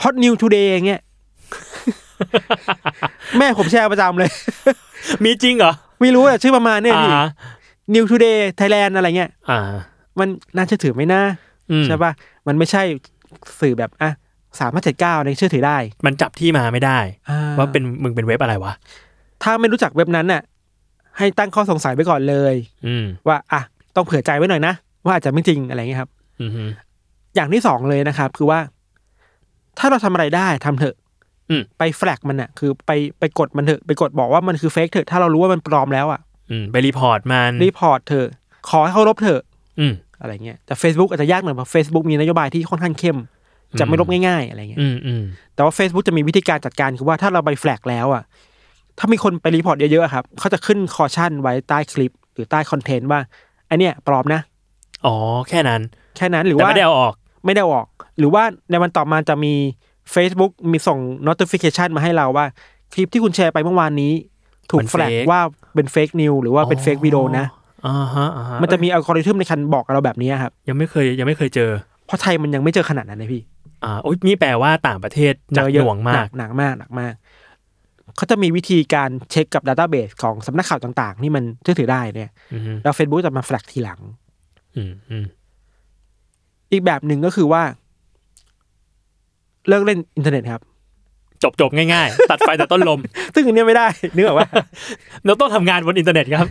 Speaker 3: Hot New Today อย่างเงี้ย *laughs* แม่ผมแชร์ประจำเลย
Speaker 2: มีจริงเหรอ
Speaker 3: ไม่รู้อะชื่อประมาณเนี่ย
Speaker 2: อ่า
Speaker 3: พี่ New Today Thailand อะไรเงี้ย
Speaker 2: อ่า
Speaker 3: มันน่าเชื่อถือไหมนะ
Speaker 2: อืม
Speaker 3: ใช่ปะมันไม่ใช่สื่อแบบอ่ะสามารถจัดก้าวในยเชื่อถือได้
Speaker 2: มันจับที่มาไม่ได้
Speaker 3: อ่
Speaker 2: ว่าเป็นมึงเป็นเว็บอะไรวะ
Speaker 3: ถ้าไม่รู้จักเว็บนั้นน่ะ ให้ตั้งข้อสงสัยไว้ก่อนเลย
Speaker 2: อืม
Speaker 3: ว่าอ่ะต้องเผื่อใจไว้หน่อยนะ ว่าอาจจะไม่จริงอะไรเงี้ยครับ
Speaker 2: อืมฮึ
Speaker 3: อย่างที่สองเลยนะครับ คือว่า ถ้าเราทำอะไรได้ทำเถอะ
Speaker 2: อืม
Speaker 3: ไปแฟลกมันน่ะ คือไปไปกดมันเถอะไปกดบอกว่ามันคือเฟกเถอะถ้าเรารู้ว่ามันปลอมแล้วอ่ะ
Speaker 2: อืม ไปรีพอร์ตมัน
Speaker 3: รีพอร์ตเถอะขอให้เขาลบเถอะ
Speaker 2: อืม
Speaker 3: อะไรเงี้ยแต่ Facebook อาจจะยากหน่อยเพราะ Facebook มีนโยบายที่ค่อนข้างเข้ม จะไม่ลบง่ายๆอะไรเงี้ย
Speaker 2: อืมอืม
Speaker 3: แต่ว่า Facebook จะมีวิธีการจัดการคือว่าถ้าเราไปแฟลกแล้วอ่ะ ถ้ามีคนไปรีพอร์ตเยอะๆอะครับเขาจะขึ้นคอชั่นไว้ใต้คลิป หรือใต้คอนเทนต์ว่าไอันเนี้ยปลอมนะ
Speaker 2: อ๋อ แค่นั้น
Speaker 3: แค่นั้นหรือ
Speaker 2: แต่
Speaker 3: ว่า
Speaker 2: ไม่ได้เอาออก
Speaker 3: ไม่ได้ออก หรือว่าในวันต่อมาจะมี Facebook มีส่ง notification มาให้เราว่า คลิปที่คุณแชร์ไปเมื่อวานนี้ ถู
Speaker 2: มั
Speaker 3: ก
Speaker 2: น
Speaker 3: แฟลก
Speaker 2: fake
Speaker 3: ว่าเป็นเฟกนิวหรือว่าเป็นเฟกวิดีโอนะ
Speaker 2: อ่าฮะอ่าฮะ
Speaker 3: มันจะมีอัลกอริทึมในการบอกกับเราแบบนี้ครับ
Speaker 2: ยังไม่เคยยังไม่เคยเจอ
Speaker 3: เพราะไทยมันยังไม่เจอขนาดนั้นเลยพี่
Speaker 2: อ่าโอ๊ยนี่แปลว่าต่างประเทศหนัก
Speaker 3: เจอ
Speaker 2: หน่วงมาก
Speaker 3: หนักมากหนักมากเขาจะมีวิธีการเช็คกับดัตต้าเบสของสำนักข่าวต่าง ๆ ที่มันเชื่อถือได้เนี่ย
Speaker 2: อืมฮึ
Speaker 3: แล้ว Facebook จะมาแฟลกทีหลัง
Speaker 2: อืมอืม
Speaker 3: อีกแบบหนึ่งก็คือว่า เลิกเล่นอินเทอร์เน็ตครับ
Speaker 2: จบจบง่ายๆ ตัดไฟแต่ต้นลม *laughs*
Speaker 3: ซึ่งอันเนี้ยไม่ได้ *laughs* นึกออกว่า
Speaker 2: เราต้องทำงานบนอินเทอร์เน็ต
Speaker 3: *laughs*
Speaker 2: ครับ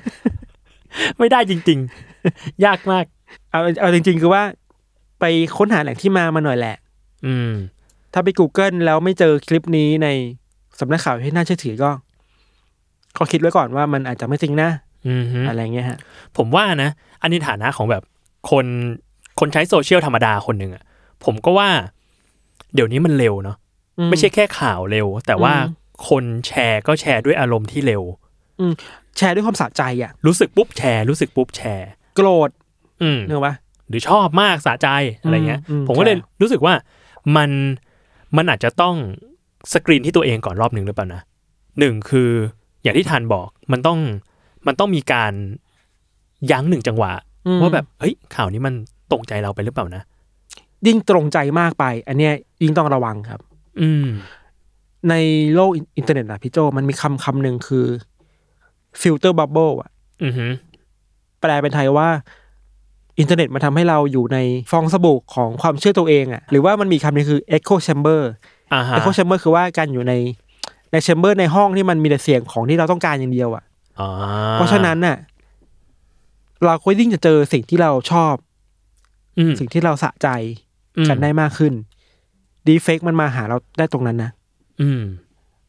Speaker 2: ไม่ได้จริง ๆ ยากมาก
Speaker 3: เอาเอาจริง ๆ คือว่า ไปค้นหาแหล่งที่มามาหน่อยแหละ
Speaker 2: อืม
Speaker 3: ถ้าไป Google แล้วไม่เจอคลิปนี้ในสำนักข่าวที่น่าเชื่อถือก็ก็คิดไว้ก่อนว่ามันอาจจะไม่จริงนะ
Speaker 2: อือฮึ
Speaker 3: อะไรเงี้ยฮะ
Speaker 2: ผมว่านะ อันนี้ฐานะของแบบคนคนใช้โซเชียลธรรมดาคนหนึ่งอะผมก็ว่า เดี๋ยวนี้มันเร็วเนาะไม่ใช่แค่ข่าวเร็ว แต่ว่า
Speaker 3: อืม
Speaker 2: คนแชร์ก็แชร์ด้วยอารมณ์ที่เร็ว
Speaker 3: แชร์ด้วยความสะใจอ่ะ
Speaker 2: รู้สึกปุ๊บแชร์ รู้สึกปุ๊บแชร์
Speaker 3: โกรธ
Speaker 2: อืม
Speaker 3: เนกอะวะ
Speaker 2: หรือชอบมากสะใจอะไรเงี้ย
Speaker 3: อืมอืม
Speaker 2: ผมก็เลย
Speaker 3: ใช่
Speaker 2: รู้สึกว่ามันมันอาจจะต้องสกรีนที่ตัวเองก่อนรอบหนึ่งหรือเปล่านะหนึ่งคืออย่างที่ทานบอกมันต้องมันต้องมีการยั้งหนึ่งจังหวะ ว่าแบบเฮ้ยข่าวนี้มันตรงใจเราไปหรือเปล่านะ
Speaker 3: ยิ่งตรงใจมากไป อันเนี้ยยิ่งต้องระวังครับ
Speaker 2: อืม
Speaker 3: ในโลกอินเทอร์เน็ตอะพี่โจมันมีคำคำหนึ่งคือฟิลเตอร์บับเบิลอะ
Speaker 2: อือหือ
Speaker 3: แปลเป็นไทยว่า อินเทอร์เน็ตมันทำให้เราอยู่ในฟองสบู่ของความเชื่อตัวเองอะหรือว่ามันมีคำหนึงคือ Echo Chamber
Speaker 2: อ่าฮะ
Speaker 3: Echo Chamber คือว่าการอยู่ในในแชมเบอร์ในห้องที่มันมีแต่เสียงของที่เราต้องการอย่างเดียวอะ
Speaker 2: อ่
Speaker 3: เพราะฉะนั้นน่ะ เราก็ยิ่งจะเจอสิ่งที่เราชอบ
Speaker 2: อืม
Speaker 3: สิ่งที่เราสะใจกันได้มากขึ้นดีเฟกมันมาหาเราได้ตรงนั้นนะ
Speaker 2: อืม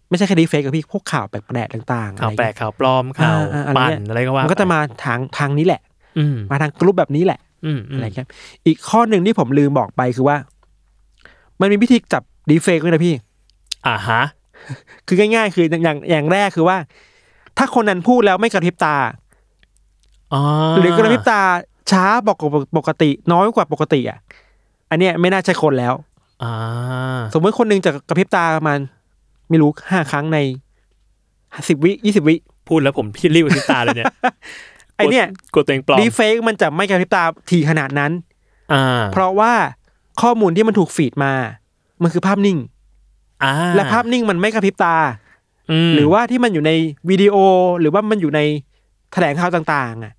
Speaker 3: ไม่ใช่แค่ดีเฟกกับพี่พวกข่าวแปลกๆต่างๆ
Speaker 2: ข่าว
Speaker 3: อะไร
Speaker 2: แปลกข่าวปลอมข่าว
Speaker 3: อ่ๆอะไร
Speaker 2: ปั่น
Speaker 3: เงี้ย
Speaker 2: อะไรก็ว่า
Speaker 3: มั
Speaker 2: มัน
Speaker 3: ก็จะมาทางทางนี้แหละ
Speaker 2: อืม
Speaker 3: มาทางกรุ๊ปแบบนี้แหละ
Speaker 2: อืม
Speaker 3: อะไรครับ อีกข้อหนึ่งที่ผมลืมบอกไปคือว่า มันมีวิธีจับดีเฟกด้วยนะพี่
Speaker 2: อ่าฮะ
Speaker 3: คือง่ายๆ คืออย่างอย่างอย่างแรกคือว่า ถ้าคนนั้นพูดแล้วไม่กระพริบตา
Speaker 2: อ๋อ
Speaker 3: หรือกระพริบตาช้าบอกว่าปกติ น้อยกว่าปกติอ่ะ อันเนี้ยไม่น่าใช่คนแล้ว
Speaker 2: อ่า
Speaker 3: สมมติคนหนึ่งจะกระพริบตาประมาณไม่รู้ห้าครั้งในสิบวิยี่สิบวิ
Speaker 2: พูดแล้วผมพี่รีบกระพริบตาเลยเนี่ย
Speaker 3: ไอเนี้ย
Speaker 2: กลัวตัวเองปลอม
Speaker 3: ดีเฟกมันจะไม่กระพริบตาทีขนาดนั้น
Speaker 2: อ่า
Speaker 3: เพราะว่าข้อมูลที่มันถูกฟีดมา มันคือภาพนิ่ง
Speaker 2: อ่า
Speaker 3: และภาพนิ่งมันไม่กระพริบตา
Speaker 2: ม
Speaker 3: หรือว่าที่มันอยู่ในวิดีโอหรือว่ามันอยู่ในแถลงข่าวต่างๆอ่ะ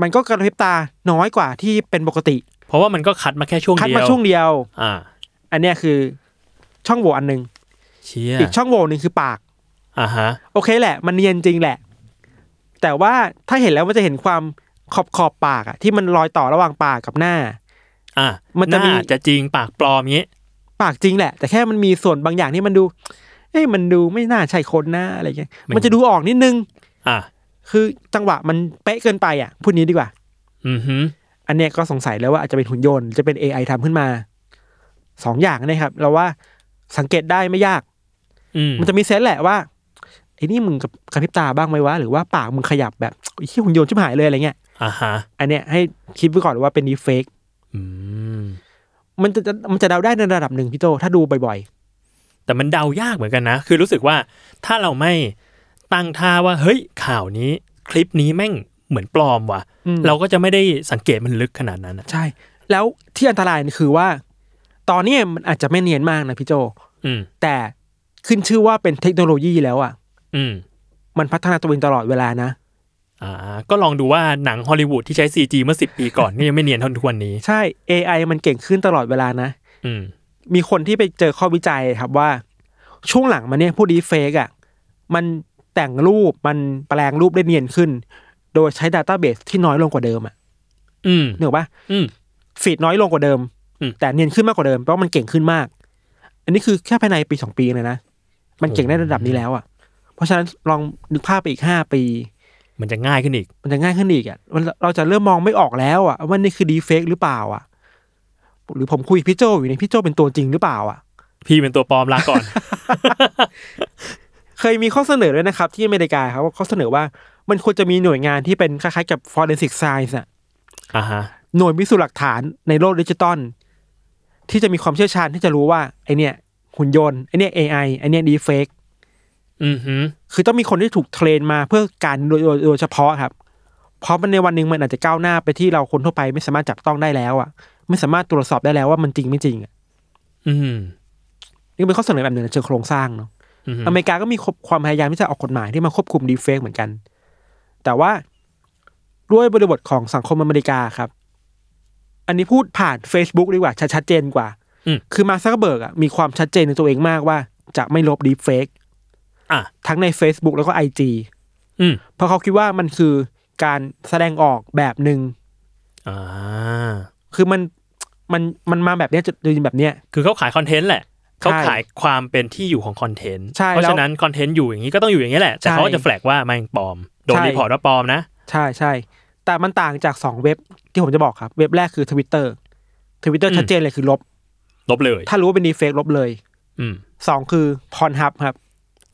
Speaker 3: มันก็กระพริบตาน้อยกว่าที่เป็นปกติ
Speaker 2: เพราะว่ามันก็คัดมาแค่ช่วง
Speaker 3: คัด
Speaker 2: เดียว
Speaker 3: มาช่วงเดียว
Speaker 2: อ่า
Speaker 3: อันเนี้ยคือช่องโหว่อันหนึ่ง
Speaker 2: เชี่ย
Speaker 3: อีกช่องโหว่หนึ่งคือปาก
Speaker 2: อ่าฮะ
Speaker 3: โอเคแหละ มันเนียนจริงแหละ แต่ว่าถ้าเห็นแล้วมันจะเห็นความขอบขอบปากอ่ะที่มันลอยต่อระหว่างปากกับหน้า
Speaker 2: อ่ะ
Speaker 3: มันจะมี
Speaker 2: หาจะจริงปากปลอมเงี้ย
Speaker 3: ปากจริงแหละ แต่แค่มันมีส่วนบางอย่างที่มันดู เอ้ยมันดูไม่น่าใช่คนนะอะไรเงี้ยมันจะดูออกนิดนึง
Speaker 2: อ่ะ
Speaker 3: คือจังหวะมันเป๊ะเกินไปอ่ะพูดนี้ดีกว่า
Speaker 2: อือหือ
Speaker 3: อันเนี้ยก็สงสัยแล้วว่าอาจจะเป็นหุ่นยนต์หรือจะเป็น AI ทำขึ้นมาสองอย่างนะครับ เราว่าสังเกตได้ไม่ยาก
Speaker 2: อืม
Speaker 3: มันจะมีเซนส์แหละว่าไอ้นี่มึงกับกระพริบตาบ้างไหมวะ หรือว่าปากมึงขยับแบบไอ้ยหุ่นยนต์ชิบหายเลยอะไรเงี้ย
Speaker 2: อ่าฮะ
Speaker 3: อันเนี้ยให้คิดไว้ก่อนว่าเป็นดีเฟก
Speaker 2: อืม
Speaker 3: มันจะมันจะเดาได้ในระดับหนึ่งพี่โตถ้าดูบ่อย
Speaker 2: แต่มันเดายากเหมือนกันนะ คือรู้สึกว่าถ้าเราไม่ตั้งท่าว่า เฮ้ยข่าวนี้ คลิปนี้แม่งเหมือนปลอมว่ะ
Speaker 3: ๆอืม
Speaker 2: เราก็จะไม่ได้สังเกตมันลึกขนาดนั้นอะ
Speaker 3: ใช่ แล้วที่อันตรายคือว่า ตอนเนี้ยมันอาจจะไม่เนียนมากนะพี่โจ
Speaker 2: อืม
Speaker 3: แต่ขึ้นชื่อว่าเป็นเทคโนโลยีแล้วอ่ะ
Speaker 2: อืม
Speaker 3: มันพัฒนาตัวเองตลอดเวลานะ
Speaker 2: อ่า ก็ลองดูว่าหนังฮอลลีวูดที่ใช้ CG เมื่อสิปีก่อน ก็ยังไม่เนียนเท่าทุกวันนี้
Speaker 3: ใช่ AI มันเก่งขึ้นตลอดเวลานะ
Speaker 2: อืม
Speaker 3: มีคนที่ไปเจอข้อวิจัยครับว่า ช่วงหลังมาเนี่ยผู้ดีเฟกอ่ะ มันแต่งรูปมันแปลงรูปได้เนียนขึ้น โดยใช้ดัตต้าเบสที่น้อยลงกว่าเดิมอ่ะ
Speaker 2: อืม
Speaker 3: เนกออกปะ
Speaker 2: อืม
Speaker 3: ฟีดน้อยลงกว่าเดิม
Speaker 2: อืม
Speaker 3: แต่เนียนขึ้นมากกว่าเดิมเพราะมันเก่งขึ้นมาก อันนี้คือแค่ภายในปีสองปีเลยนะ มันเก่งได้ระดับนี้แล้วอ่ะ เพราะฉะนั้นลองนึกภาพไปอีกห้าปี
Speaker 2: มันจะง่ายขึ้นอีก
Speaker 3: มันจะง่ายขึ้นอีกอ่ะมันเราจะเริ่มมองไม่ออกแล้วอ่ะว่านี่คือดีเฟกหรือเปล่าอ่ะ หรือผมคุยกับพี่โจอยู่เนี่ยพี่โจเป็นตัวจริงหรือเปล่าอ่ะ
Speaker 2: พี่เป็นตัวปลอมลาก่อน *laughs*
Speaker 3: เคยมีข้อเสนอด้วยนะครับ ที่อเมริกาครับว่าข้อเสนอว่ามันควรจะมีหน่วยงานที่เป็นคล้ายๆกับ forensic science อ่ะ
Speaker 2: อ่าฮะ
Speaker 3: หน่วยพิสูจน์หลักฐานในโลกดิจิตอลที่จะมีความเชี่ยวชาญที่จะรู้ว่าไอเนี่ย หุ่นยนต์ไอเนี่ย AI ไอเนี่ยดีเฟก
Speaker 2: อืมฮึ
Speaker 3: คือต้องมีคนที่ถูกเทรนมาเพื่อการโดยโดยโดยเฉพาะครับ เพราะมันในวันหนึ่งมันอาจจะก้าวหน้าไปที่เราคนทั่วไปไม่สามารถจับต้องได้แล้วอ่ะ ไม่สามารถตรวจสอบได้แล้วว่ามันจริงไม่จริงอะ
Speaker 2: อืม
Speaker 3: นี่เป็นข้อเสนอแบบหนึ่งในเชิงโครงสร้างเนาะ
Speaker 2: อืม
Speaker 3: อเมริกาก็มีความพยายามที่จะออกกฎหมายที่มาควบคุมดีเฟกเหมือนกัน แต่ว่าด้วยบริบทของสังคมอเมริกาครับ อันนี้พูดผ่าน Facebook ดีกว่าชัดชัดเจนกว่า
Speaker 2: อืม
Speaker 3: คือมาร์คซักเคอร์เบิร์กอะมีความชัดเจนในตัวเองมากว่า จะไม่ลบดีเฟก
Speaker 2: อ่ะ
Speaker 3: ทั้งใน Facebook แล้วก็ IG
Speaker 2: อืม
Speaker 3: เพราะเขาคิดว่ามันคือการแสดงออกแบบหนึ่ง
Speaker 2: อ่า
Speaker 3: คือมันมันมันมาแบบเนี้ยจะแบบเนี้ย
Speaker 2: คือเขาขายคอนเทนต์แหละ เขา
Speaker 3: ใช่
Speaker 2: ขายความเป็นที่อยู่ของคอนเทนต์
Speaker 3: ใช่
Speaker 2: เพราะ
Speaker 3: แล้ว
Speaker 2: ฉะนั้นคอนเทนต์อยู่อย่างนี้ก็ต้องอยู่อย่างนี้แหละ แต่
Speaker 3: ใช่
Speaker 2: เขาก็จะแฟลกว่ามันปลอม โดน
Speaker 3: ใช่
Speaker 2: รีพอร์ตว่าปลอมนะ
Speaker 3: ใช่ใช่แต่มันต่างจากสองเว็บที่ผมจะบอกครับ เว็บแรกคือทวิตเตอร์ทวิตเตอร์
Speaker 2: อืม
Speaker 3: ชัดเจนเลยคือลบ
Speaker 2: ลบเลย
Speaker 3: ถ้ารู้ว่าเป็นดีเฟกลบเลย
Speaker 2: อืม
Speaker 3: สองคือพรฮับครับ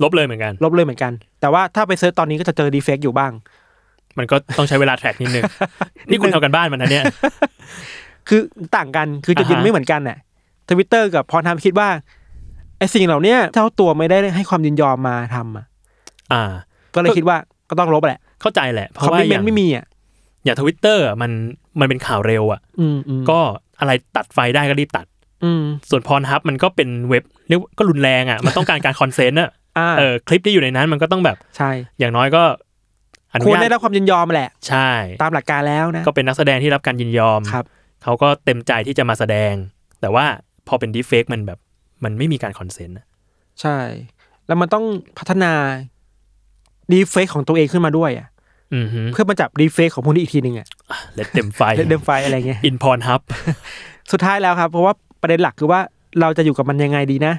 Speaker 2: ลบเลยเหมือนกัน
Speaker 3: ลบเลยเหมือนกัน แต่ว่าถ้าไปเซิร์ชตอนนี้ก็จะเจอดีเฟกอยู่บ้าง
Speaker 2: มันก็ต้องใช้เวลาแทร็กนิ
Speaker 3: *laughs*
Speaker 2: ดนึง นี่คุณทำกันบ้านมันนะเนี่ย
Speaker 3: คือต่างกันคือจุดยืน
Speaker 2: อ่าฮะ
Speaker 3: ไม่เหมือนกันน่ะทวิตเตอร์กับพรฮับคิดว่าไอสิ่งเหล่าเนี้ยเจ้าตัวไม่ได้ให้ความยินยอมมาทำอ่ะ
Speaker 2: อ่า
Speaker 3: ก็เลยคิดว่าก็ต้องลบแหละ
Speaker 2: เข้าใจแหละ เพ
Speaker 3: คอม
Speaker 2: ราะว่า
Speaker 3: มิ
Speaker 2: อย่า
Speaker 3: ชเมน
Speaker 2: ง
Speaker 3: ต์ไม่มีอ่ะ
Speaker 2: อย่างทวิตเตอร์มันมันเป็นข่าวเร็วอ่ะ
Speaker 3: อืมอืม
Speaker 2: ก็อะไรตัดไฟได้ก็รีบตัด
Speaker 3: อืม
Speaker 2: ส่วนพรฮับมันก็เป็นเว็บเรียกว่าก็รุนแรงอ่ะ มันต้องการการคอนเซนต์อ่ะ
Speaker 3: *laughs* อ่า
Speaker 2: เออคลิปที่อยู่ในนั้นมันก็ต้องแบบ
Speaker 3: ใช่
Speaker 2: อย่างน้อยก็อนุ
Speaker 3: ควร
Speaker 2: ญา
Speaker 3: ได้
Speaker 2: ต
Speaker 3: รับความยินยอมแหละ
Speaker 2: ใช่
Speaker 3: ตามหลักการแล้วนะ
Speaker 2: ก็เป็นนักแสดงที่รับการยินยอม
Speaker 3: ครับ
Speaker 2: เขาก็เต็มใจที่จะมาแสดง แต่ว่าพอเป็นดีเฟกมันแบบ มันไม่มีการคอนเซนต์อะ
Speaker 3: ใช่ แล้วมันต้องพัฒนาดีเฟกของตัวเองขึ้นมาด้วยอ่ะ
Speaker 2: อือฮึ
Speaker 3: เพื่อมาจับดีเฟกของพวกนี้อีกทีหนึ่งอ่ะ
Speaker 2: เลดเต็มไฟ
Speaker 3: เดิมไฟอะไรเงี้ย
Speaker 2: อินพรฮับ
Speaker 3: สุดท้ายแล้วครับ เพราะว่าประเด็นหลักคือว่าเราจะอยู่กับมันยังไงดีนะ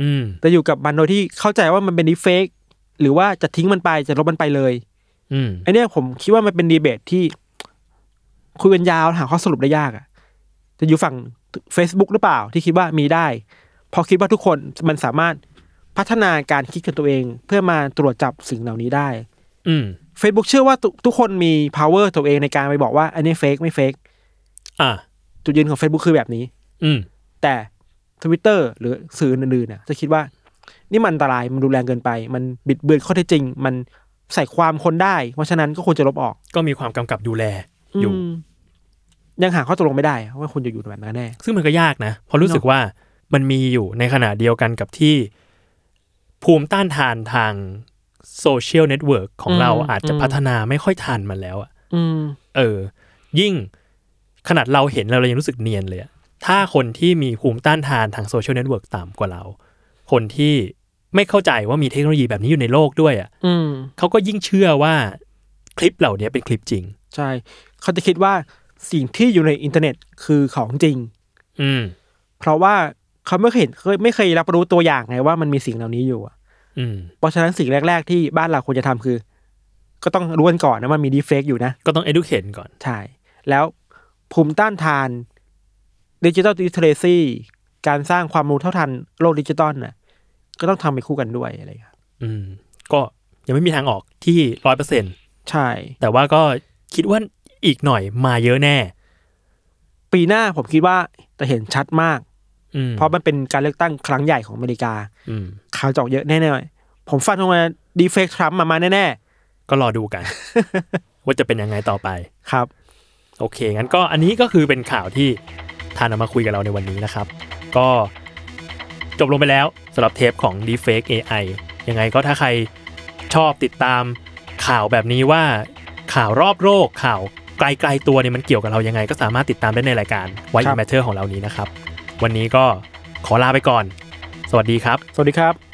Speaker 2: อืม
Speaker 3: จะอยู่กับมันโดยที่เข้าใจว่ามันเป็นดีเฟกหรือว่าจะทิ้งมันไปจะลบมันไปเลย
Speaker 2: อืม
Speaker 3: ไอเนี้ยผมคิดว่ามันเป็นดีเบตที่ คุยกันยาวหาข้อสรุปได้ยากอ่ะจะอยู่ฝั่ง Facebook หรือเปล่าที่คิดว่ามีได้ พอคิดว่าทุกคนมันสามารถพัฒนาการคิดของตัวเอง เพื่อมาตรวจจับสิ่งเหล่านี้ได้
Speaker 2: อืม
Speaker 3: Facebook เชื่อว่าทุกทุกคนมี power ตัวเองในการไปบอกว่า อันนี้เฟกไม่เฟก
Speaker 2: อ่ะ
Speaker 3: จุดยืนของ Facebook คือแบบนี้
Speaker 2: อืม
Speaker 3: แต่ Twitter หรือสื่ออื่นๆน่ะจะคิดว่า นี่มันอันตรายมันรุนแรงเกินไป มันบิดเบือนข้อเท็จจริง มันใส่ความคนได้ เพราะฉะนั้นก็ควรจะลบออก
Speaker 2: ก็มีความกำกับดูแลอยู่
Speaker 3: มยังหาข้อตกลงไม่ได้ว่าคุณจะอยู่แบบนั้นแน่
Speaker 2: ซึ่งมันก็ยากนะเพราะรู้สึกว่ามันมีอยู่ในขณะเดียวกันกับที่ภูมิต้านทานทางโซเชียลเน็ตเวิร์กของเรา
Speaker 3: อืม
Speaker 2: อาจจะ
Speaker 3: อืม
Speaker 2: พัฒนาไม่ค่อยทันมันแล้วอะ
Speaker 3: อืม
Speaker 2: เออ ยิ่งขนาดเราเห็นแล้วเรายังรู้สึกเนียนเลยอะถ้าคนที่มีภูมิต้านทานทางโซเชียลเน็ตเวิร์กต่ำกว่าเรา คนที่ไม่เข้าใจว่ามีเทคโนโลยีแบบนี้อยู่ในโลกด้วยอะ
Speaker 3: อืม
Speaker 2: เขาก็ยิ่งเชื่อว่าคลิปเหล่านี้เป็นคลิปจริง
Speaker 3: ใช่ เขาจะคิดว่าสิ่งที่อยู่ในอินเทอร์เน็ตคือของจริง
Speaker 2: อืม
Speaker 3: เพราะว่าเขาไม่เคยเห็นเคยไม่เคยรับรู้ตัวอย่างไงว่ามันมีสิ่งเหล่านี้อยู่อะ
Speaker 2: อืม
Speaker 3: เพราะฉะนั้นสิ่งแรก ๆ ที่บ้านเราควรจะทำคือ ก็ต้องรู้กันก่อนนะมันมีดีเฟกอยู่นะ
Speaker 2: ก็ต้อง educate ก่อน
Speaker 3: ใช่ แล้วภูมิต้านทานดิจิ t a ลดิเทเรซีการสร้างความรู้เท่าทันโลกดิจิตอลน่ะก็ต้องทำไปคู่กันด้วยอะไรครับ
Speaker 2: อืม ก็ยังไม่มีทางออกที่ร้อยเปอร์เซ็นต
Speaker 3: ใช่
Speaker 2: แต่ว่าก็คิดว่าอีกหน่อยมาเยอะแน่
Speaker 3: ปีหน้าผมคิดว่าจะเห็นชัดมาก
Speaker 2: อืม
Speaker 3: เพราะมันเป็นการเลือกตั้งครั้งใหญ่ของอเมริกา
Speaker 2: อืม
Speaker 3: ข่าวจะออกเยอะแน่ๆผมฟันธงว่าดีเฟกทรัมป์มามาแน่
Speaker 2: ก็รอดู *laughs* กัน ว่าจะเป็นยังไงต่อไป
Speaker 3: ๆครับ
Speaker 2: โอเค งั้นก็อันนี้ก็คือเป็นข่าวที่ทานเอามาคุยกับเราในวันนี้นะครับ ก็จบลงไปแล้วสำหรับเทปของ d e f a k e AI ยังไงก็ถ้าใครชอบติดตามข่าวแบบนี้ว่าข่าวรอบโลกข่าวไกลๆตัวเนี่ยมันเกี่ยวกับเรายังไง ก็สามารถติดตามได้ในรายการ Why
Speaker 3: ครั
Speaker 2: It
Speaker 3: บ
Speaker 2: Matter ของเรานี้นะครับ วันนี้ก็ขอลาไปก่อน สวัสดีครับ
Speaker 3: สวัสดีครับ